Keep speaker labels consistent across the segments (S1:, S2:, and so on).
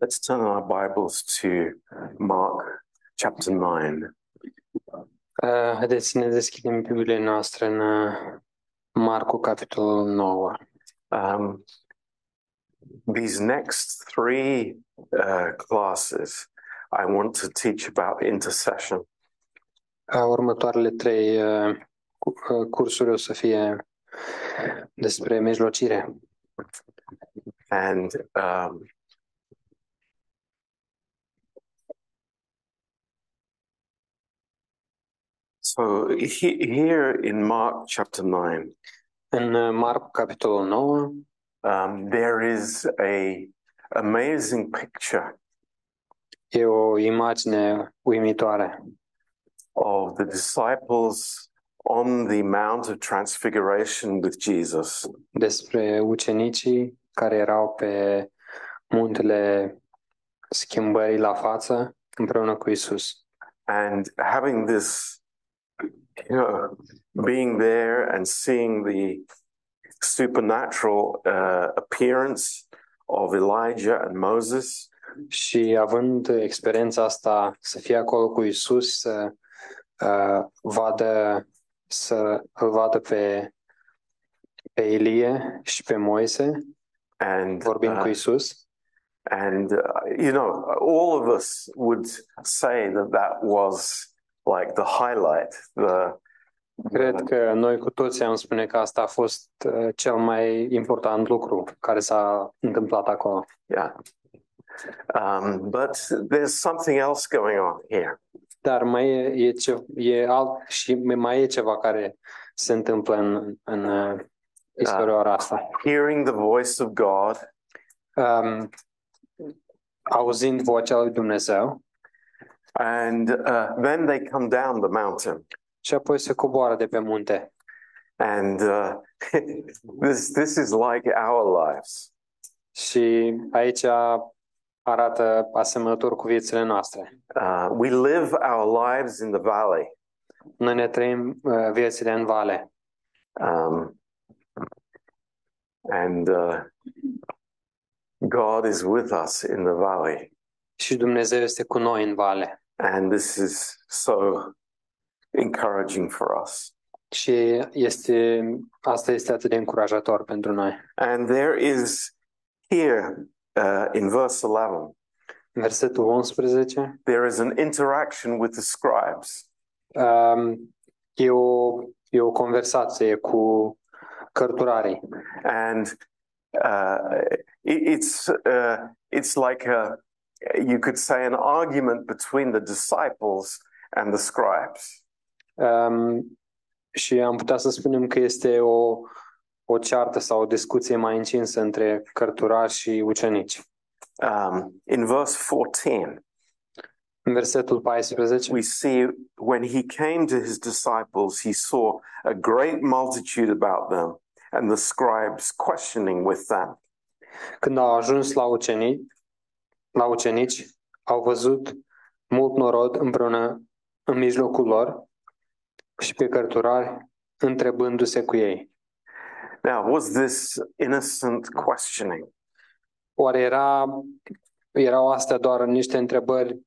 S1: Let's turn our Bibles to Mark, chapter 9.
S2: Uh, Haideți să ne deschidem Biblia noastră în uh, Marcu, capitolul 9.
S1: Um, these next three uh, classes, I want to teach about intercession.
S2: Uh, Următoarele trei uh, cu- uh, cursuri o să fie despre mijlocire.
S1: And um, so he, here in Mark, chapter 9,
S2: În uh, Marcu, capitolul 9,
S1: um, there is a amazing picture
S2: e o imagine uimitoare
S1: of the disciples on the Mount of Transfiguration with Jesus.
S2: despre ucenicii care erau pe muntele schimbării la față împreună cu Isus.
S1: and having this, you know, being there and seeing the supernatural uh, appearance of Elijah and Moses,
S2: Și având experiența asta, să fie acolo cu Isus, să uh, vadă, să îl vadă pe, pe Ilie și pe Moise,
S1: and
S2: vorbind
S1: uh,
S2: cu Isus.
S1: and uh, you know, all of us would say that that was like the highlight, the
S2: Cred că noi cu toții am spune că asta a fost uh, cel mai important lucru care s-a întâmplat acolo.
S1: yeah. Um, but there's something else going on here.
S2: Dar mai e, e, ce, e alt și mai e ceva care se întâmplă în, în uh, istoria asta.
S1: Hearing the voice of God
S2: um, auzind vocea lui Dumnezeu
S1: And uh, then they come down the mountain,
S2: și apoi se coboară de pe munte.
S1: and uh, this this is like our lives.
S2: Și aici arată asemănător cu viețile noastre.
S1: Uh, we live our lives in the valley,
S2: Noi ne trăim uh, viețile în vale
S1: um, and uh, God is with us in the valley,
S2: și Dumnezeu este cu noi în vale.
S1: and this is so encouraging for us.
S2: Și este, asta este atât de încurajator pentru noi.
S1: And there is here uh, in verse eleven,
S2: În Versetul 11
S1: there is an interaction with the scribes.
S2: um, e, o, e o conversație cu cărturarii.
S1: and uh, it, it's uh, it's like a you could say an argument between the disciples and the scribes.
S2: Um, și am putea să spunem că este o, o ceartă sau o discuție mai încinsă între cărturari și ucenici.
S1: Um, in verse 14,
S2: În versetul 14
S1: we see when he came to his disciples, he saw a great multitude about them and the scribes questioning with them.
S2: Când au ajuns la ucenici, la ucenici, au văzut mult norod împreună în mijlocul lor și pe cărturari întrebându-se cu ei.
S1: Now, was this innocent questioning?
S2: Oare era, erau astea doar niște întrebări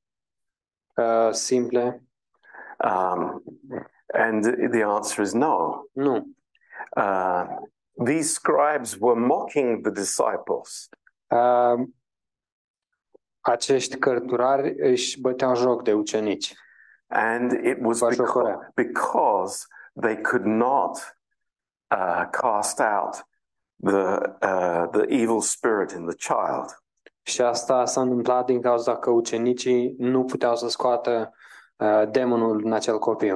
S2: uh, simple?
S1: Um, and the answer is no.
S2: Nu.
S1: uh, these scribes were mocking the disciples.
S2: Uh, acești cărturari își băteau joc de ucenici.
S1: And it was
S2: Vă
S1: beca-
S2: jucărea.
S1: because they could not uh, cast out the, uh, the evil spirit in the child.
S2: Și asta s-a întâmplat din cauza că ucenicii nu puteau să scoată uh, demonul din acel copil.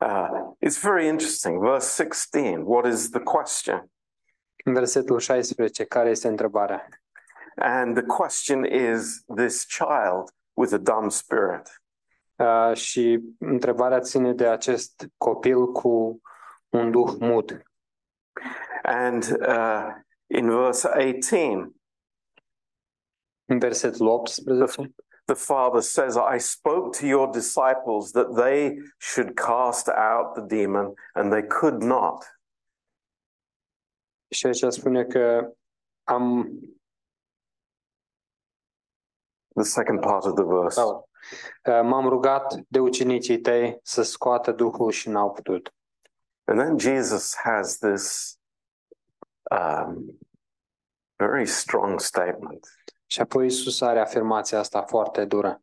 S1: Uh, it's very interesting. Verse 16, what is the question?
S2: În versetul 16, care este întrebarea?
S1: And the question is this child with a dumb spirit.
S2: Uh, și întrebarea ține de acest copil cu un duh mut.
S1: And uh, in verse 18,
S2: În versetul 18,
S1: the father says, I spoke to your disciples that they should cast out the demon, and they could not.
S2: și aici spune că am
S1: the second part of the verse.
S2: Sau, uh, M-am rugat de ucenicii tăi să scoată Duhul și n-au putut.
S1: And then Jesus has this um, very strong statement
S2: Și apoi Isus are afirmația asta foarte dură.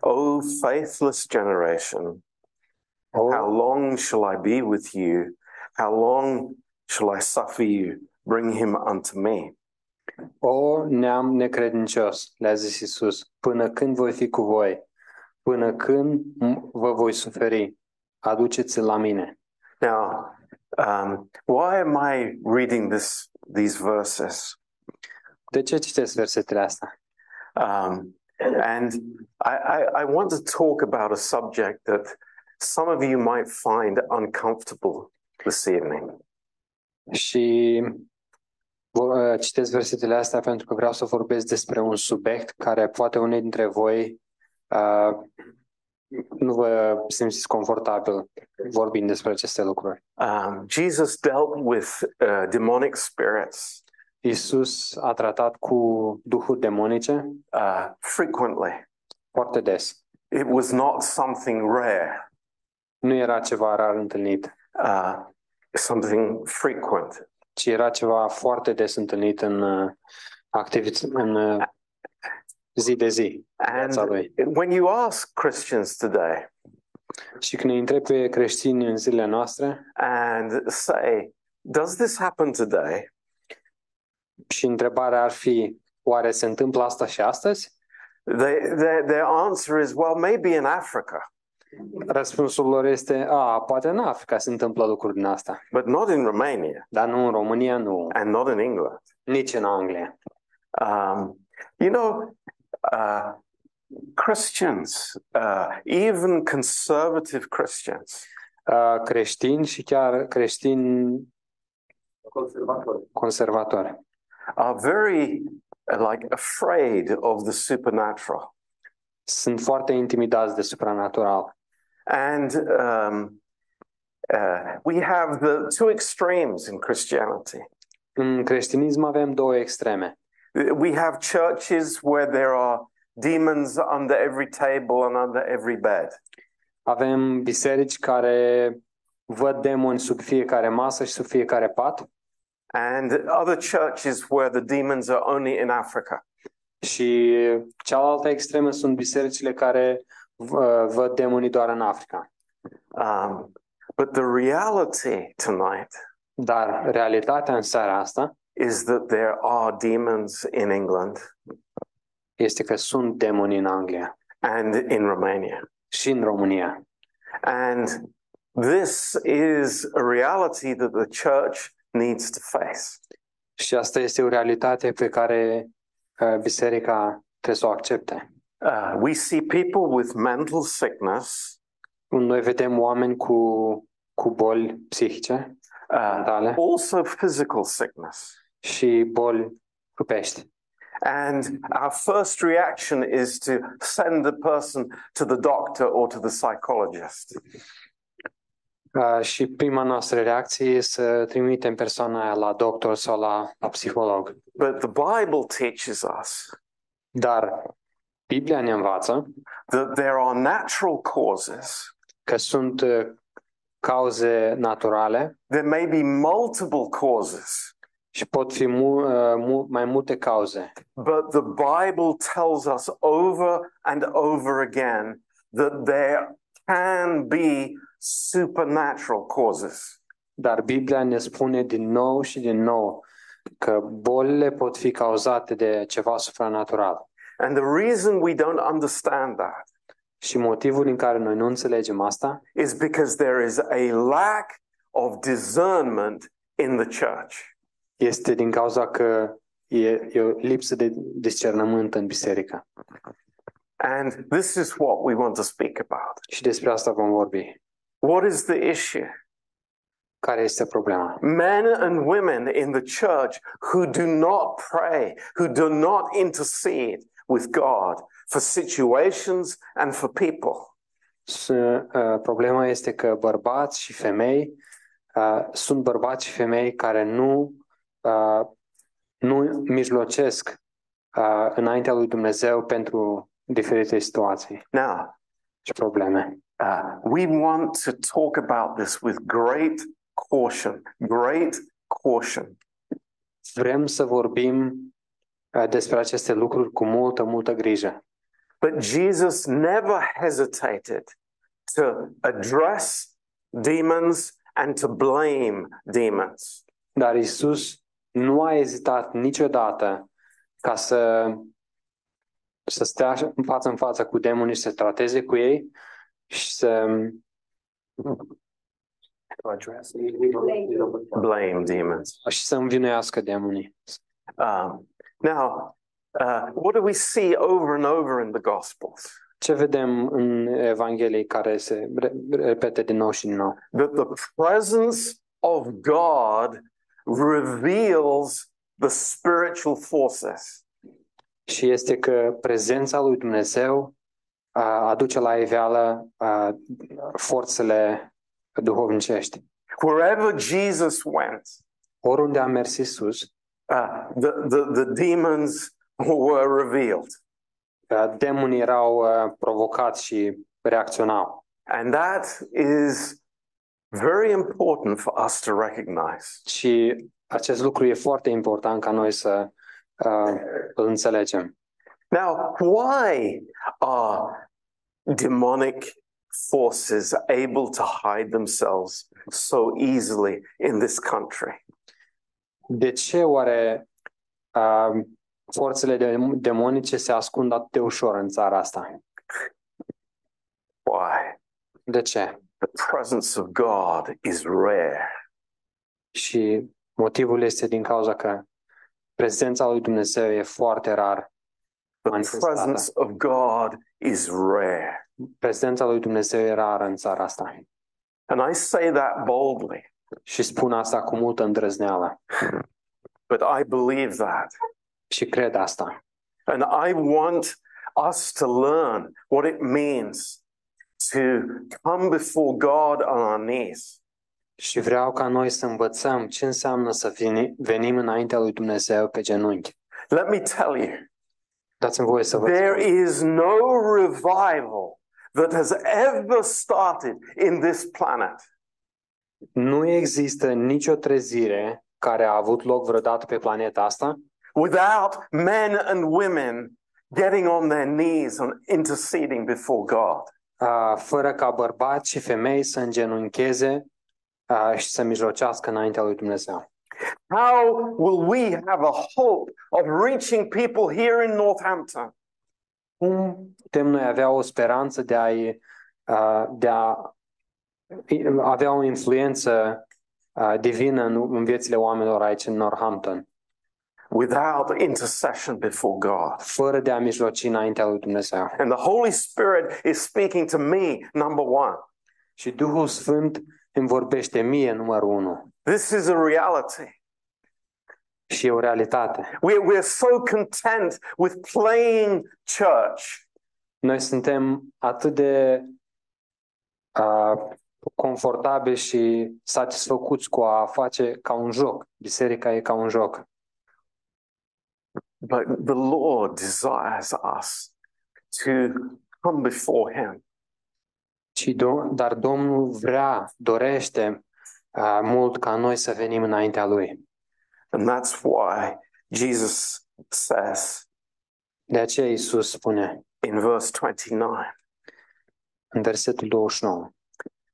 S1: O faithless generation, how
S2: O,
S1: long shall I be with you? How long shall I suffer you? Bring him unto me.
S2: o neam necredincios, le-a zis Isus, până când voi fi cu voi? Până când m- vă voi suferi? Aduceți-l la mine.
S1: Now, um, why am I reading this these verses?
S2: De ce citesc versetele astea?
S1: Um, and I, I, I want to talk about a subject that some of you might find uncomfortable this evening.
S2: Și vor- uh, citesc versetele astea pentru că vreau să vorbesc despre un subiect care poate unii dintre voi uh, nu vă simțiți confortabil vorbind despre aceste lucruri.
S1: Um, Jesus dealt with uh, demonic spirits
S2: Isus a tratat cu duhuri demonice
S1: uh, frequently.
S2: foarte des.
S1: It was not something rare,
S2: Nu era ceva rar întâlnit,
S1: uh, something frequent.
S2: ci era ceva foarte des întâlnit în uh, activiți în uh, zi de zi.
S1: And
S2: Viața lui.
S1: when you ask Christians today
S2: Și când îi întreb pe creștini în zilele noastre
S1: and say, does this happen today?
S2: și întrebarea ar fi oare se întâmplă asta și astăzi?
S1: They, their, their answer is, well, maybe in Africa,
S2: Răspunsul lor este, a, poate în Africa se întâmplă lucruri din asta,
S1: but not in Romania
S2: dar nu în România, nu,
S1: and not in England.
S2: nici în Anglia.
S1: Um, you know, uh, Christians, uh, even conservative Christians,
S2: Uh, Creștini și chiar creștini conservatori
S1: are very uh, like afraid of the supernatural.
S2: sunt foarte intimidați de supranatural.
S1: And um, uh, we have the two extremes in Christianity.
S2: În creștinism avem două extreme.
S1: We have churches where there are demons under every table and under every bed.
S2: Avem biserici care văd demoni sub fiecare masă și sub fiecare pat
S1: and other churches where the demons are only in Africa.
S2: și cealaltă extremă sunt bisericile care uh, văd demonii doar în Africa.
S1: Um, but the reality tonight
S2: Dar realitatea în seara asta
S1: is that there are demons in England
S2: este că sunt demoni în Anglia
S1: and in Romania.
S2: și în România.
S1: And this is a reality that the church needs to face.
S2: Și asta este o realitate pe care uh, biserica trebuie să o accepte.
S1: Uh, we see people with mental sickness,
S2: Noi vedem oameni cu, cu boli psihice,
S1: uh,
S2: mentale
S1: also physical sickness.
S2: și boli trupești.
S1: And our first reaction is to send the person to the doctor or to the psychologist.
S2: Uh, și prima noastră reacție e să trimitem persoana aia la doctor sau la, la psiholog.
S1: But the Bible teaches us
S2: Dar Biblia ne învață
S1: that there are natural causes.
S2: că sunt uh, cauze naturale
S1: There may be multiple causes,
S2: și pot fi mu, uh, mu, mai multe cauze.
S1: but the Bible tells us over and over again that there can be supernatural causes.
S2: Dar Biblia ne spune din nou și din nou că bolile pot fi cauzate de ceva supranatural.
S1: And the reason we don't understand that
S2: Și motivul din care noi nu înțelegem asta
S1: is because there is a lack of discernment in the church.
S2: este din cauza că e, e o lipsă de discernământ în biserică.
S1: And this is what we want to speak about.
S2: Și despre asta vom vorbi.
S1: What is the issue?
S2: Care este problema?
S1: men and women in the church who do not pray, who do not intercede with God for situations and for people.
S2: S- uh, Problema este că bărbați și femei uh, sunt bărbați și femei care nu, uh, nu mijlocesc uh, înaintea lui Dumnezeu pentru diferite situații
S1: Now,
S2: și probleme.
S1: uh, we want to talk about this with great caution, great caution.
S2: Vrem să vorbim uh, despre aceste lucruri cu multă, multă grijă.
S1: But Jesus never hesitated to address demons and to blame demons.
S2: Dar Isus nu a ezitat niciodată ca să, să stea în față în față cu demonii, să trateze cu ei și să
S1: Blame demons.
S2: și să învinuiască demonii.
S1: Um, now, uh, what do we see over and over in the Gospels?
S2: Ce vedem în Evanghelii care se re- repete din nou și din nou?
S1: That the presence of God reveals the spiritual forces.
S2: Și este că prezența lui Dumnezeu a, aduce la iveală a, forțele duhovnicești.
S1: Wherever Jesus went,
S2: Oriunde a mers Isus,
S1: uh, the, the, the demons were revealed.
S2: a, demonii uh, erau a, provocați și reacționau.
S1: And that is very important for us to recognize.
S2: Și acest lucru e foarte important ca noi să a, îl înțelegem.
S1: Now, why are demonic forces able to hide themselves so easily in this country?
S2: De ce oare a, forțele de- demonice se ascund atât de ușor în țara asta?
S1: Why?
S2: De ce?
S1: The presence of God is rare.
S2: Și motivul este din cauza că prezența lui Dumnezeu e foarte rar.
S1: The
S2: Manifestată.
S1: presence of God is rare.
S2: Prezența lui Dumnezeu e rară în țara asta.
S1: And I say that boldly,
S2: Și spun asta cu multă îndrăzneală.
S1: but I believe that.
S2: Și cred asta.
S1: And I want us to learn what it means to come before God on our knees
S2: Și vreau ca noi să învățăm ce înseamnă să veni- venim înaintea lui Dumnezeu pe genunchi.
S1: Let me tell you,
S2: Dați-mi voie să vă
S1: there
S2: spun.
S1: is no revival that has ever started in this planet
S2: Nu există nicio trezire care a avut loc vreodată pe planeta asta
S1: without men and women getting on their knees and interceding before God.
S2: a, fără ca bărbați și femei să îngenuncheze a, și să mijlocească înaintea lui Dumnezeu.
S1: How will we have a hope of reaching people here in Northampton?
S2: Cum putem noi avea o speranță de a-i, uh, de a avea o influență uh, divină în, în viețile oamenilor aici în Northampton,
S1: Without intercession before God.
S2: fără de a mijloci înaintea lui Dumnezeu?
S1: And the Holy Spirit is speaking to me, number one.
S2: Și Duhul Sfânt îmi vorbește mie, numărul unu.
S1: This is a reality.
S2: Și e o realitate.
S1: We're, we're so content with playing church.
S2: Noi suntem atât de uh, confortabili și satisfăcuți cu a face ca un joc. Biserica e ca un joc.
S1: But the Lord desires us to come before Him
S2: Ci do- dar Domnul vrea, dorește uh, mult ca noi să venim înaintea Lui.
S1: And that's why Jesus says
S2: De aceea Iisus spune
S1: in verse 29
S2: în versetul 29,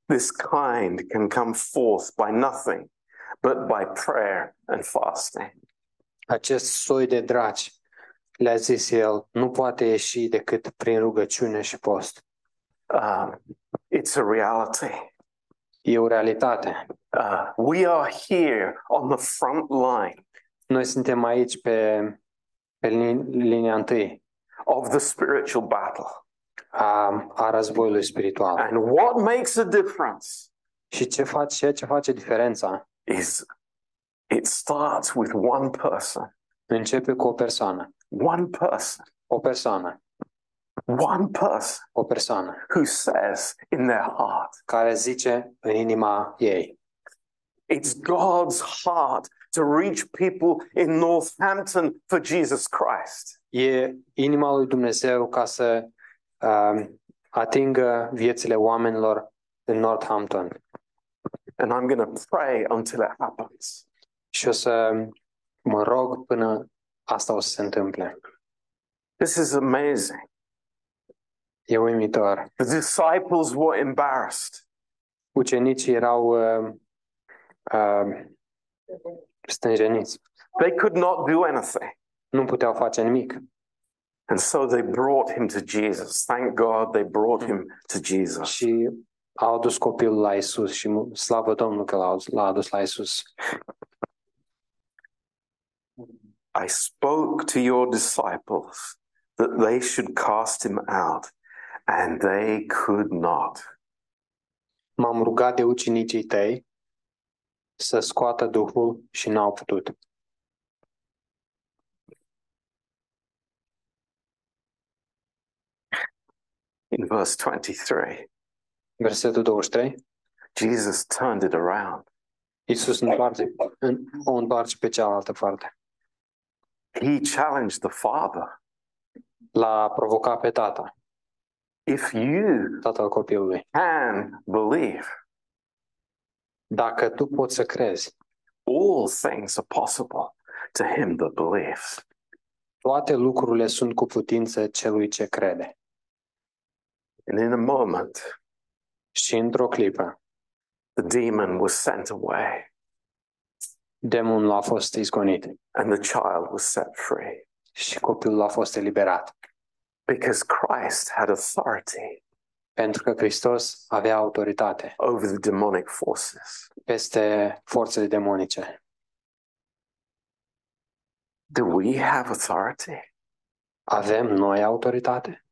S1: this kind can come forth by nothing but by prayer and fasting.
S2: acest soi de draci, le-a zis el, nu poate ieși decât prin rugăciune și post.
S1: Um, it's a reality.
S2: E o realitate.
S1: Uh, we are here on the front line.
S2: Noi suntem aici pe, pe lin- linia întâi
S1: of the spiritual battle.
S2: a, a războiului spiritual.
S1: And what makes a difference
S2: Și ce face, ceea ce face diferența
S1: is it starts with one person,
S2: începe cu o persoană.
S1: one person,
S2: O persoană.
S1: one person
S2: O persoană.
S1: who says in their heart,
S2: care zice în inima ei.
S1: it's God's heart to reach people in Northampton for Jesus Christ.
S2: e inima lui Dumnezeu ca să uh, atingă viețile oamenilor din Northampton.
S1: And I'm going to pray until it happens.
S2: Și o să mă rog până asta o să se întâmple.
S1: This is amazing.
S2: E uimitor.
S1: The disciples were embarrassed.
S2: Ucenicii erau uh, uh, stânjeniți.
S1: They could not do anything.
S2: Nu puteau face nimic.
S1: And so they brought him to Jesus. Thank God they brought him to Jesus.
S2: Și au adus copilul la Isus și mu- slavă Domnului că l-a l-a adus la Isus.
S1: I spoke to your disciples that they should cast him out, and they could not.
S2: M-am rugat de ucenicii tăi să scoată Duhul și n-au putut.
S1: In verse 23,
S2: Versetul 23.
S1: Jesus turned it around.
S2: Iisus întoarce, în, o întoarce pe cealaltă parte.
S1: He challenged the Father
S2: L-a provocat pe tata,
S1: if you
S2: tatăl copilului.
S1: can believe,
S2: Dacă tu poți să crezi,
S1: all things are possible to him that believes.
S2: toate lucrurile sunt cu putință celui ce crede.
S1: And in a moment,
S2: Și într-o clipă,
S1: the demon was sent away
S2: demonul a fost izgonit
S1: and the child was set free
S2: și copilul a fost eliberat.
S1: because Christ had authority
S2: Pentru că Hristos avea autoritate
S1: over the demonic forces.
S2: peste forțele demonice.
S1: Do we have authority?
S2: Avem noi autoritate?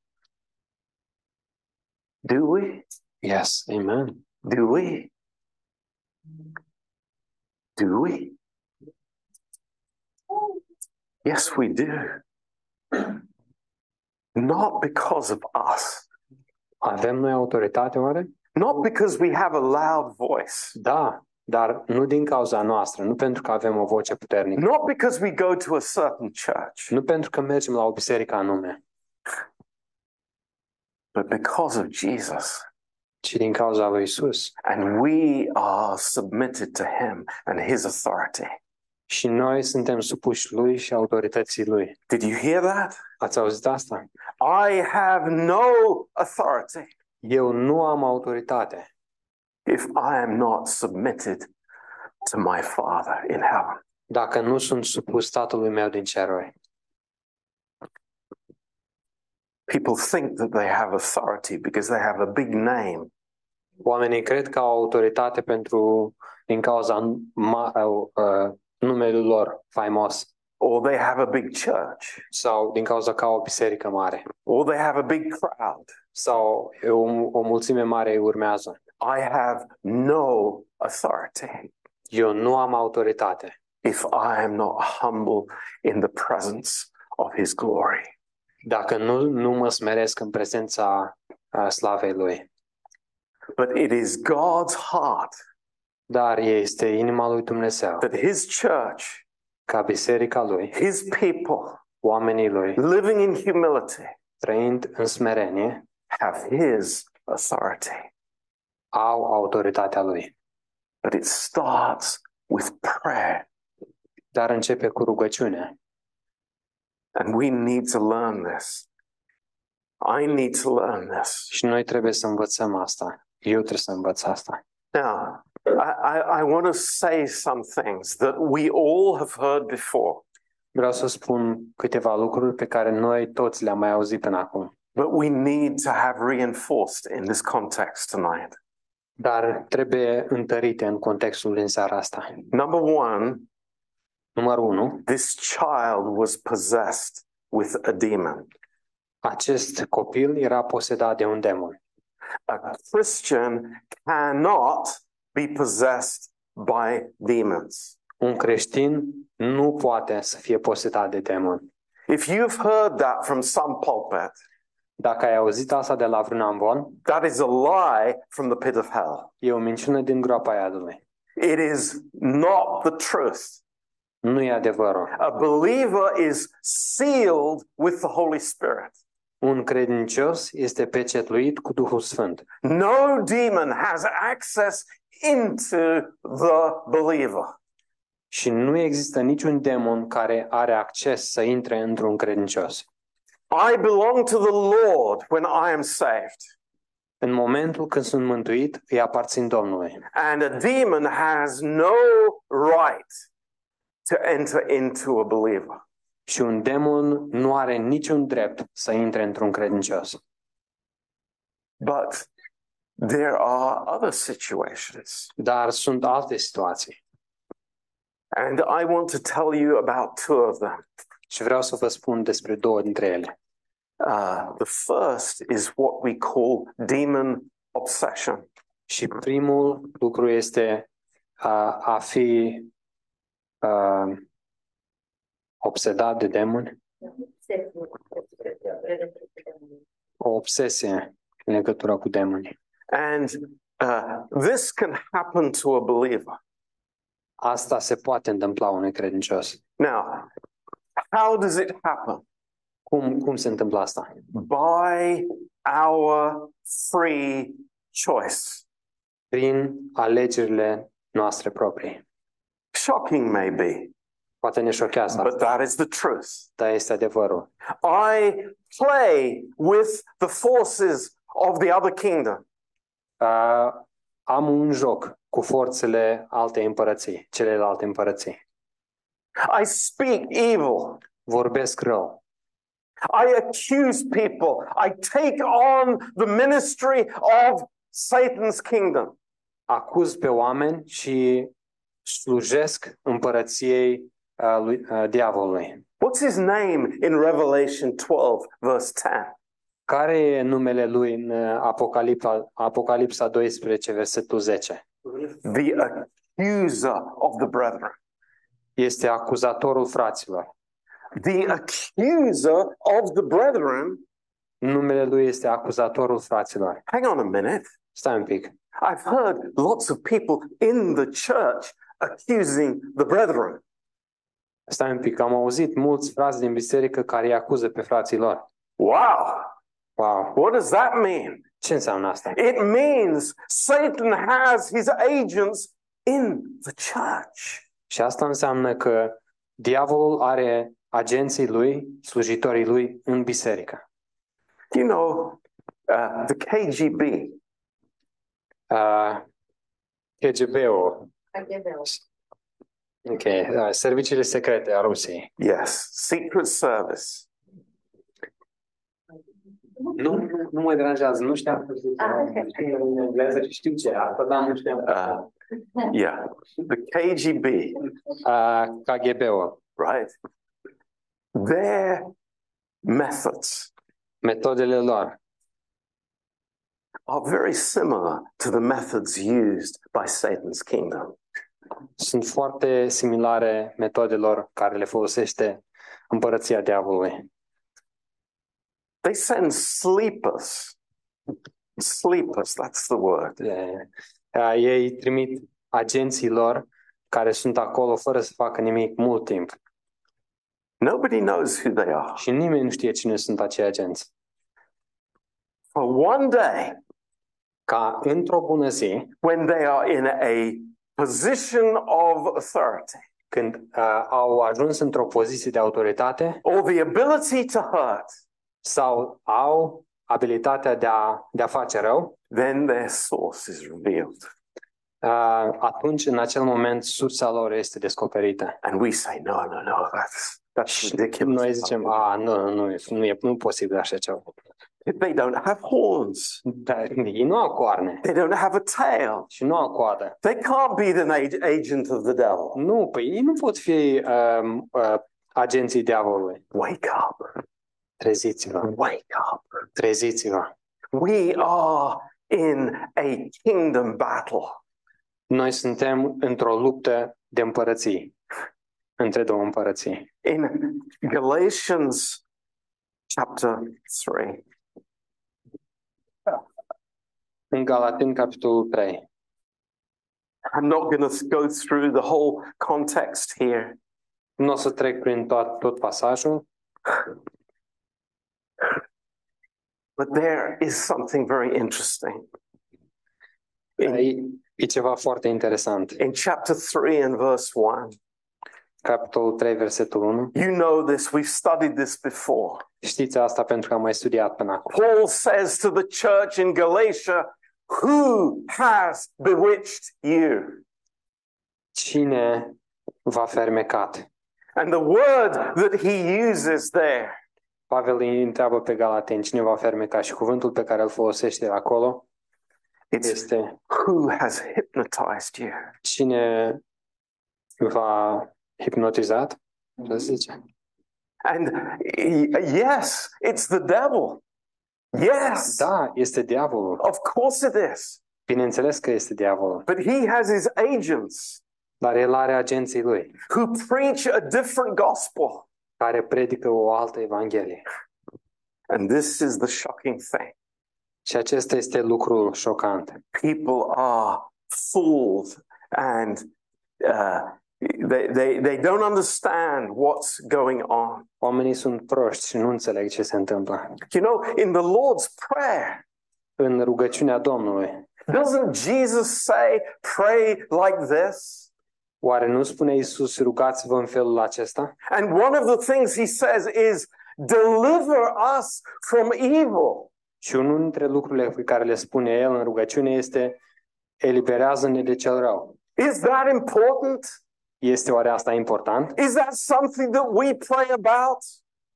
S1: Do we?
S2: Yes, amen.
S1: Do we? Do we? Yes, we do. Not because of us,
S2: Avem noi autoritate oare?
S1: not because we have a loud voice,
S2: Da, dar nu din cauza noastră, nu pentru că avem o voce puternică,
S1: not because we go to a certain church,
S2: nu pentru că mergem la o biserică anume,
S1: but because of Jesus.
S2: ci din cauza lui Isus.
S1: And we are submitted to him and his authority.
S2: Și noi suntem supuși lui și autorității lui.
S1: Did you hear that?
S2: Ați auzit asta?
S1: I have no authority
S2: Eu nu am autoritate
S1: if I am not submitted to my Father in heaven.
S2: dacă nu sunt supus tatălui meu din ceruri.
S1: People think that they have authority because they have a big name,
S2: Oamenii cred că au autoritate pentru din cauza ma, uh, numele lor faimos
S1: or they have a big church,
S2: sau din cauza că au o biserică mare
S1: or they have a big crowd.
S2: sau e o, o mulțime mare îi urmează.
S1: I have no authority
S2: Eu nu am autoritate
S1: if I am not humble in the presence of His glory.
S2: dacă nu, nu mă smeresc în prezența uh, slavei Lui.
S1: But it is God's heart
S2: Dar este inima Lui Dumnezeu,
S1: that His church,
S2: ca biserica Lui,
S1: His people,
S2: oamenii Lui,
S1: living in humility,
S2: trăind în smerenie,
S1: have His authority.
S2: au autoritatea Lui.
S1: But it starts with prayer.
S2: Dar începe cu rugăciune.
S1: And we need to learn this. I need to learn this.
S2: Și noi trebuie să învățăm asta. Eu trebuie să învăț asta.
S1: Now, I, I, I want to say some things that we all have heard before,
S2: Vreau să spun câteva lucruri pe care noi toți le-am mai auzit până acum.
S1: but we need to have reinforced in this context tonight.
S2: Dar trebuie întărite în contextul din seara asta.
S1: Number one,
S2: Numărul 1.
S1: this child was possessed with a demon.
S2: Acest copil era posedat de un demon.
S1: A Christian cannot be possessed by demons.
S2: Un creștin nu poate să fie posedat de demon.
S1: If you've heard that from some pulpit,
S2: Dacă ai auzit asta de la vreun ambon,
S1: that is a lie from the pit of hell.
S2: e o minciună din groapa iadului.
S1: It is not the truth.
S2: nu e adevărul.
S1: A believer is sealed with the Holy Spirit.
S2: Un credincios este pecetluit cu Duhul Sfânt.
S1: No demon has access into the believer.
S2: Și nu există niciun demon care are acces să intre într-un credincios.
S1: I belong to the Lord when I am saved,
S2: În momentul când sunt mântuit, îi aparțin Domnului.
S1: and a demon has no right to enter into a believer.
S2: Și un demon nu are niciun drept să intre într-un credincios.
S1: But there are other situations,
S2: Dar sunt alte situații.
S1: and I want to tell you about two of them.
S2: Și vreau să vă spun despre două dintre ele.
S1: Uh, the first is what we call demon obsession.
S2: Și primul lucru este a, a fi a, obsedat de demoni, o obsesie în legătură cu demonii.
S1: And uh, this can happen to a believer.
S2: Asta se poate întâmpla unui credincios.
S1: Now, how does it happen?
S2: Cum, cum se întâmplă asta?
S1: By our free choice.
S2: Prin alegerile noastre proprii.
S1: Shocking, maybe,
S2: Poate ne șochează,
S1: but that is the truth.
S2: dar este adevărul.
S1: I play with the forces of the other kingdom.
S2: Uh, am un joc cu forțele altei împărății, celelalte împărății.
S1: I speak evil.
S2: Vorbesc rău,
S1: I accuse people. I take on the ministry of Satan's kingdom.
S2: acuz pe oameni și slujesc împărăției uh, lui, uh, diavolului.
S1: What's his name in Revelation 12, verse 10?
S2: Care e numele lui în uh, Apocalipsa, Apocalipsa 12, versetul 10?
S1: The accuser of the brethren.
S2: Este acuzatorul fraților.
S1: The accuser of the brethren.
S2: Numele lui este acuzatorul fraților.
S1: Hang on a minute.
S2: Stai un pic.
S1: I've heard lots of people in the church accusing the brethren.
S2: Stai un pic. Am auzit mulți frați din biserică care îi acuză pe frații lor.
S1: Wow.
S2: Wow!
S1: What does that mean?
S2: Ce înseamnă asta?
S1: It means Satan has his agents in the church.
S2: Și asta înseamnă că diavolul are agenții lui, slujitorii lui în biserică.
S1: You know, uh, the KGB,
S2: Uh, KGB-ul, ok, uh, serviciile secrete a Rusiei.
S1: yes, Secret Service.
S2: Nu, nu, nu mă deranjează, nu știam cum zic.
S3: Ah, ok.
S2: În engleză și știu ce, asta, dar nu știam.
S1: Uh, yeah, the KGB,
S2: Uh, KGB-ul,
S1: right? Their methods
S2: metodele lor
S1: are very similar to the methods used by Satan's kingdom.
S2: sunt foarte similare metodelor care le folosește împărăția diavolului.
S1: They send sleepers. Sleepers, that's the word.
S2: E, a, ei trimit agenților care sunt acolo fără să facă nimic mult timp
S1: Nobody knows who they are.
S2: și nimeni nu știe cine sunt acei agenți.
S1: For one day,
S2: Ca într-o bună zi,
S1: when they are in a position of authority
S2: când a, au ajuns într-o poziție de autoritate
S1: or the ability to hurt,
S2: sau au abilitatea de a, de a face rău,
S1: then their source is revealed.
S2: a, atunci, în acel moment, sursa lor este descoperită.
S1: And we say, no, no, no, that's, that's
S2: Și
S1: ridiculous.
S2: noi zicem, a, nu, nu, nu, e- nu e nu e posibil așa ceva.
S1: They don't have horns.
S2: Dar ei nu au coarne
S1: They don't have a tail.
S2: și nu au coadă.
S1: They can't be the na- agent of the devil.
S2: Nu, păi ei nu pot fi um, uh, agenții diavolului.
S1: Wake up.
S2: Treziți-vă,
S1: Wake up.
S2: treziți-vă.
S1: We are in a kingdom battle.
S2: Noi suntem într-o luptă de împărății, între două împărății.
S1: In Galatians chapter 3,
S2: În Galaten, capitolul 3.
S1: I'm not going to go through the whole context here,
S2: Nu o să trec prin tot, tot pasajul,
S1: But there is something very interesting.
S2: dar e, e ceva foarte interesant.
S1: In chapter 3 and verse 1,
S2: Capitolul 3, versetul 1.
S1: you know this, we've studied this before.
S2: Știți asta pentru că am mai studiat până acum.
S1: Paul says to the church in Galatia, Who has bewitched you?
S2: Cine va fermecat?
S1: And the word that he uses there
S2: Pavel îi întreabă pe Galateni cine va fermeca și cuvântul pe care îl folosește acolo
S1: It's
S2: este
S1: who has hypnotized you?
S2: cine va hipnotizat, să zice.
S1: And y- yes, it's the devil. Yes,
S2: Da, este diavolul.
S1: of course it is.
S2: Bineînțeles că este diavolul,
S1: But he has his agents
S2: dar el are agenții lui
S1: who preach a different gospel.
S2: care predică o altă evanghelie.
S1: And this is the shocking thing
S2: Și acesta este lucrul șocant.
S1: people are fooled and uh, they, they, they don't understand what's going on.
S2: Oamenii sunt proști și nu înțeleg ce se întâmplă.
S1: You know, in the Lord's Prayer,
S2: În rugăciunea Domnului,
S1: doesn't Jesus say, pray like this?
S2: oare nu spune Iisus rugați-vă în felul acesta?
S1: And one of the things he says is, deliver us from evil.
S2: Și unul dintre lucrurile pe care le spune el în rugăciune este eliberează-ne de cel rău.
S1: Is that important?
S2: Este oare asta important?
S1: Is that something that we pray about?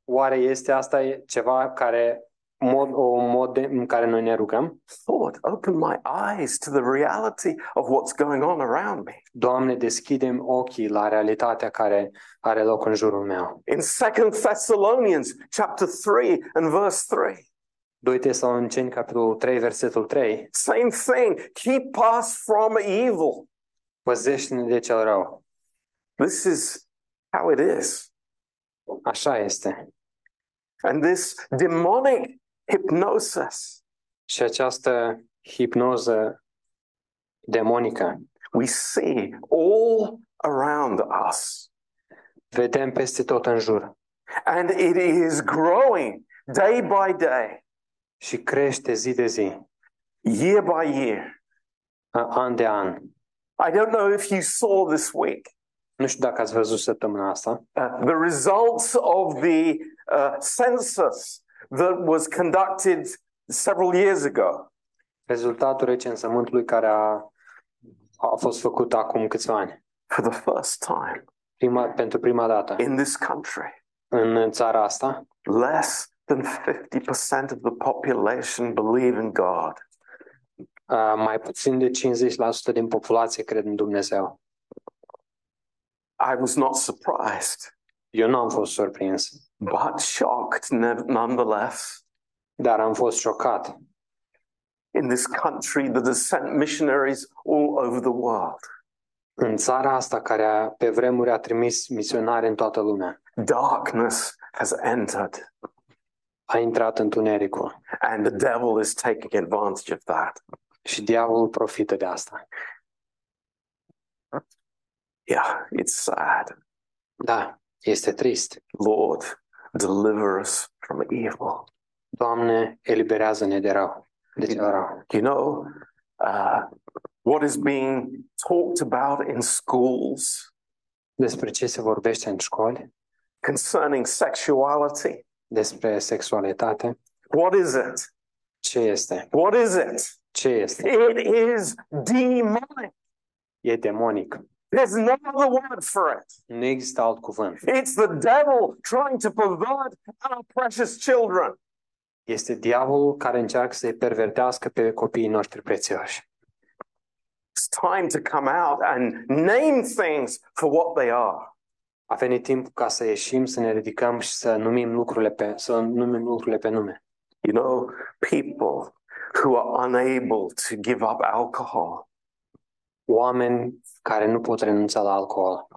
S2: Oare este asta e ceva care mod, o mod de, în care noi ne rugăm?
S1: Lord, open my eyes to the reality of what's going on around me.
S2: Doamne, deschidem ochii la realitatea care are loc în jurul meu.
S1: In 2 Thessalonians chapter 3 and verse 3,
S2: 2 Tesaloniceni, capitolul 3, versetul 3.
S1: same thing, keep us from evil.
S2: Păzește-ne de cel rău.
S1: This is how it is.
S2: Așa este.
S1: And this demonic hypnosis,
S2: Și această hipnoză demonică
S1: we see all around us.
S2: vedem peste tot în jur.
S1: And it is growing day by day,
S2: și crește zi de zi,
S1: year by year.
S2: a- an de an.
S1: I don't know if you saw this week
S2: Nu știu dacă ați văzut săptămâna asta
S1: uh, the results of the uh, census that was conducted several years ago.
S2: rezultatul recensământului care a, a fost făcut acum câțiva ani,
S1: For the first time
S2: prima, pentru prima dată
S1: in this country,
S2: în țara asta.
S1: less than 50% of the population believe in God.
S2: a, Mai puțin de 50% din populație cred în Dumnezeu.
S1: I was not surprised,
S2: Eu nu am fost surprins,
S1: but shocked ne- nonetheless.
S2: dar am fost șocat.
S1: In this country that has sent missionaries all over the world,
S2: În țara asta care a, pe vremuri a trimis misionari în toată lumea,
S1: darkness has entered,
S2: a intrat întunericul
S1: and the devil is taking advantage of that.
S2: și diavolul profită de asta.
S1: Yeah, it's sad.
S2: Da, este trist.
S1: Lord, deliver us from evil.
S2: Doamne, eliberează-ne de rău. De cel rău.
S1: You know, uh, what is being talked about in schools
S2: Despre ce se vorbește în școli?
S1: concerning sexuality?
S2: Despre sexualitate?
S1: What is it?
S2: Ce este?
S1: What is it?
S2: Ce este?
S1: It is demonic.
S2: E demonic.
S1: There's no other word for it.
S2: Nu există alt cuvânt.
S1: It's the devil trying to pervert our precious children.
S2: Este diavolul care încearcă să-i pervertească pe copiii noștri prețioși.
S1: It's time to come out and name things for what they are.
S2: A venit timp ca să ieșim, să ne ridicăm și să numim lucrurile pe, să numim lucrurile pe nume.
S1: You know, people who are unable to give up alcohol,
S2: Oameni care nu pot renunța la alcool.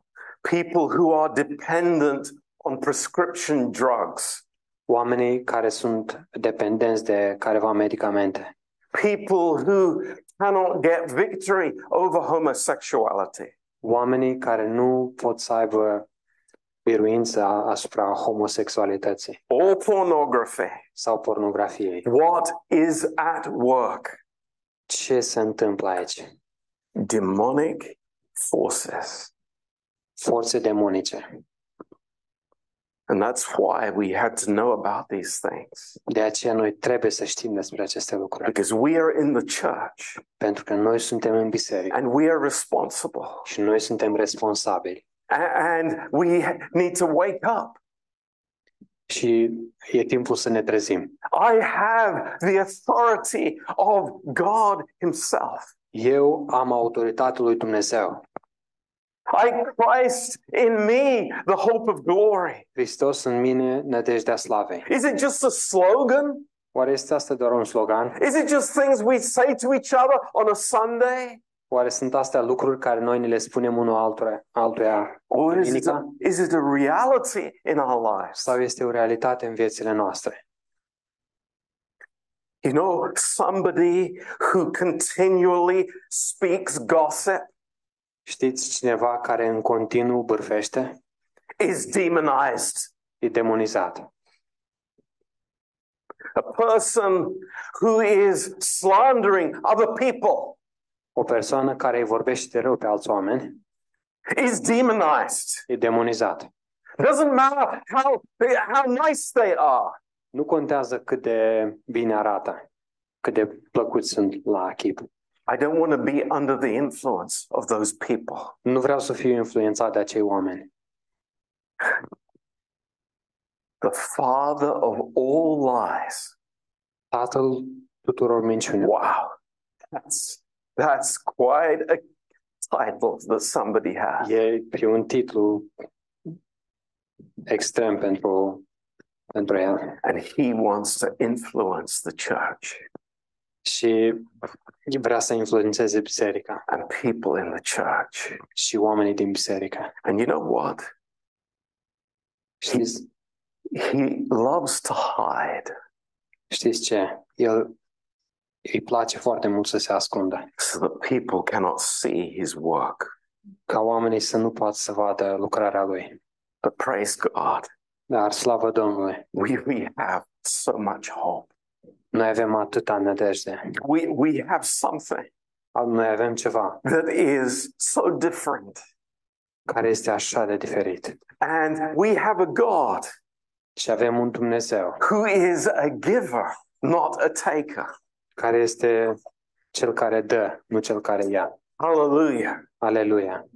S1: people who are dependent on prescription drugs,
S2: Oamenii care sunt dependenți de careva medicamente.
S1: people who cannot get victory over homosexuality.
S2: oamenii care nu pot să aibă
S1: or pornography.
S2: sau pornografiei.
S1: What is at work?
S2: Ce se întâmplă aici?
S1: Demonic forces.
S2: Forțe demonice.
S1: And that's why we had to know about these things
S2: De aceea noi trebuie să știm despre aceste lucruri,
S1: because we are in the church
S2: pentru că noi suntem în biserică
S1: and we are responsible
S2: și noi suntem responsabili.
S1: A- and we need to wake up.
S2: Și e timpul să ne trezim.
S1: I have the authority of God Himself.
S2: Eu am autoritatea lui Dumnezeu.
S1: I Christ in me, the hope of glory.
S2: Hristos în mine, nădejdea slavei.
S1: Is it just a slogan?
S2: Oare este asta doar un slogan?
S1: Is it just things we say to each other on a Sunday?
S2: Oare sunt astea lucruri care noi ni le spunem unul altuia, altuia
S1: Or is it, a,
S2: Dominica?
S1: is it a reality in our lives?
S2: sau este o realitate în viețile noastre?
S1: You know, somebody who continually speaks gossip
S2: Știți cineva care în continuu bârfește?
S1: is demonized.
S2: E demonizat.
S1: A person who is slandering other people
S2: O persoană care îi vorbește rău pe alți oameni
S1: is demonized.
S2: e demonizat.
S1: Doesn't matter how, how nice they are.
S2: Nu contează cât de bine arată, cât de plăcuți sunt la chip.
S1: I don't want to be under the influence of those people.
S2: Nu vreau să fiu influențat de acei oameni.
S1: The father of all lies.
S2: Tatăl tuturor minciunilor.
S1: Wow. That's that's quite a title that somebody has.
S2: E, e un titlu extrem pentru, pentru el.
S1: And he wants to influence the church
S2: Și vrea să influențeze biserica
S1: and people in the church.
S2: și oamenii din biserică.
S1: And you know what?
S2: Știți,
S1: He loves to hide
S2: știți ce? El îi place foarte mult să se ascundă,
S1: so that people cannot see his work.
S2: ca oamenii să nu poată să vadă lucrarea lui.
S1: But praise God,
S2: Dar slavă Domnului,
S1: we, we have so much hope.
S2: noi avem atâta nădejde,
S1: We we have something
S2: noi avem ceva
S1: that is so different.
S2: care este așa de diferit.
S1: And we have a God
S2: Și avem un Dumnezeu
S1: who is a giver, not a taker.
S2: care este cel care dă, nu cel care ia.
S1: Hallelujah.
S2: Aleluia!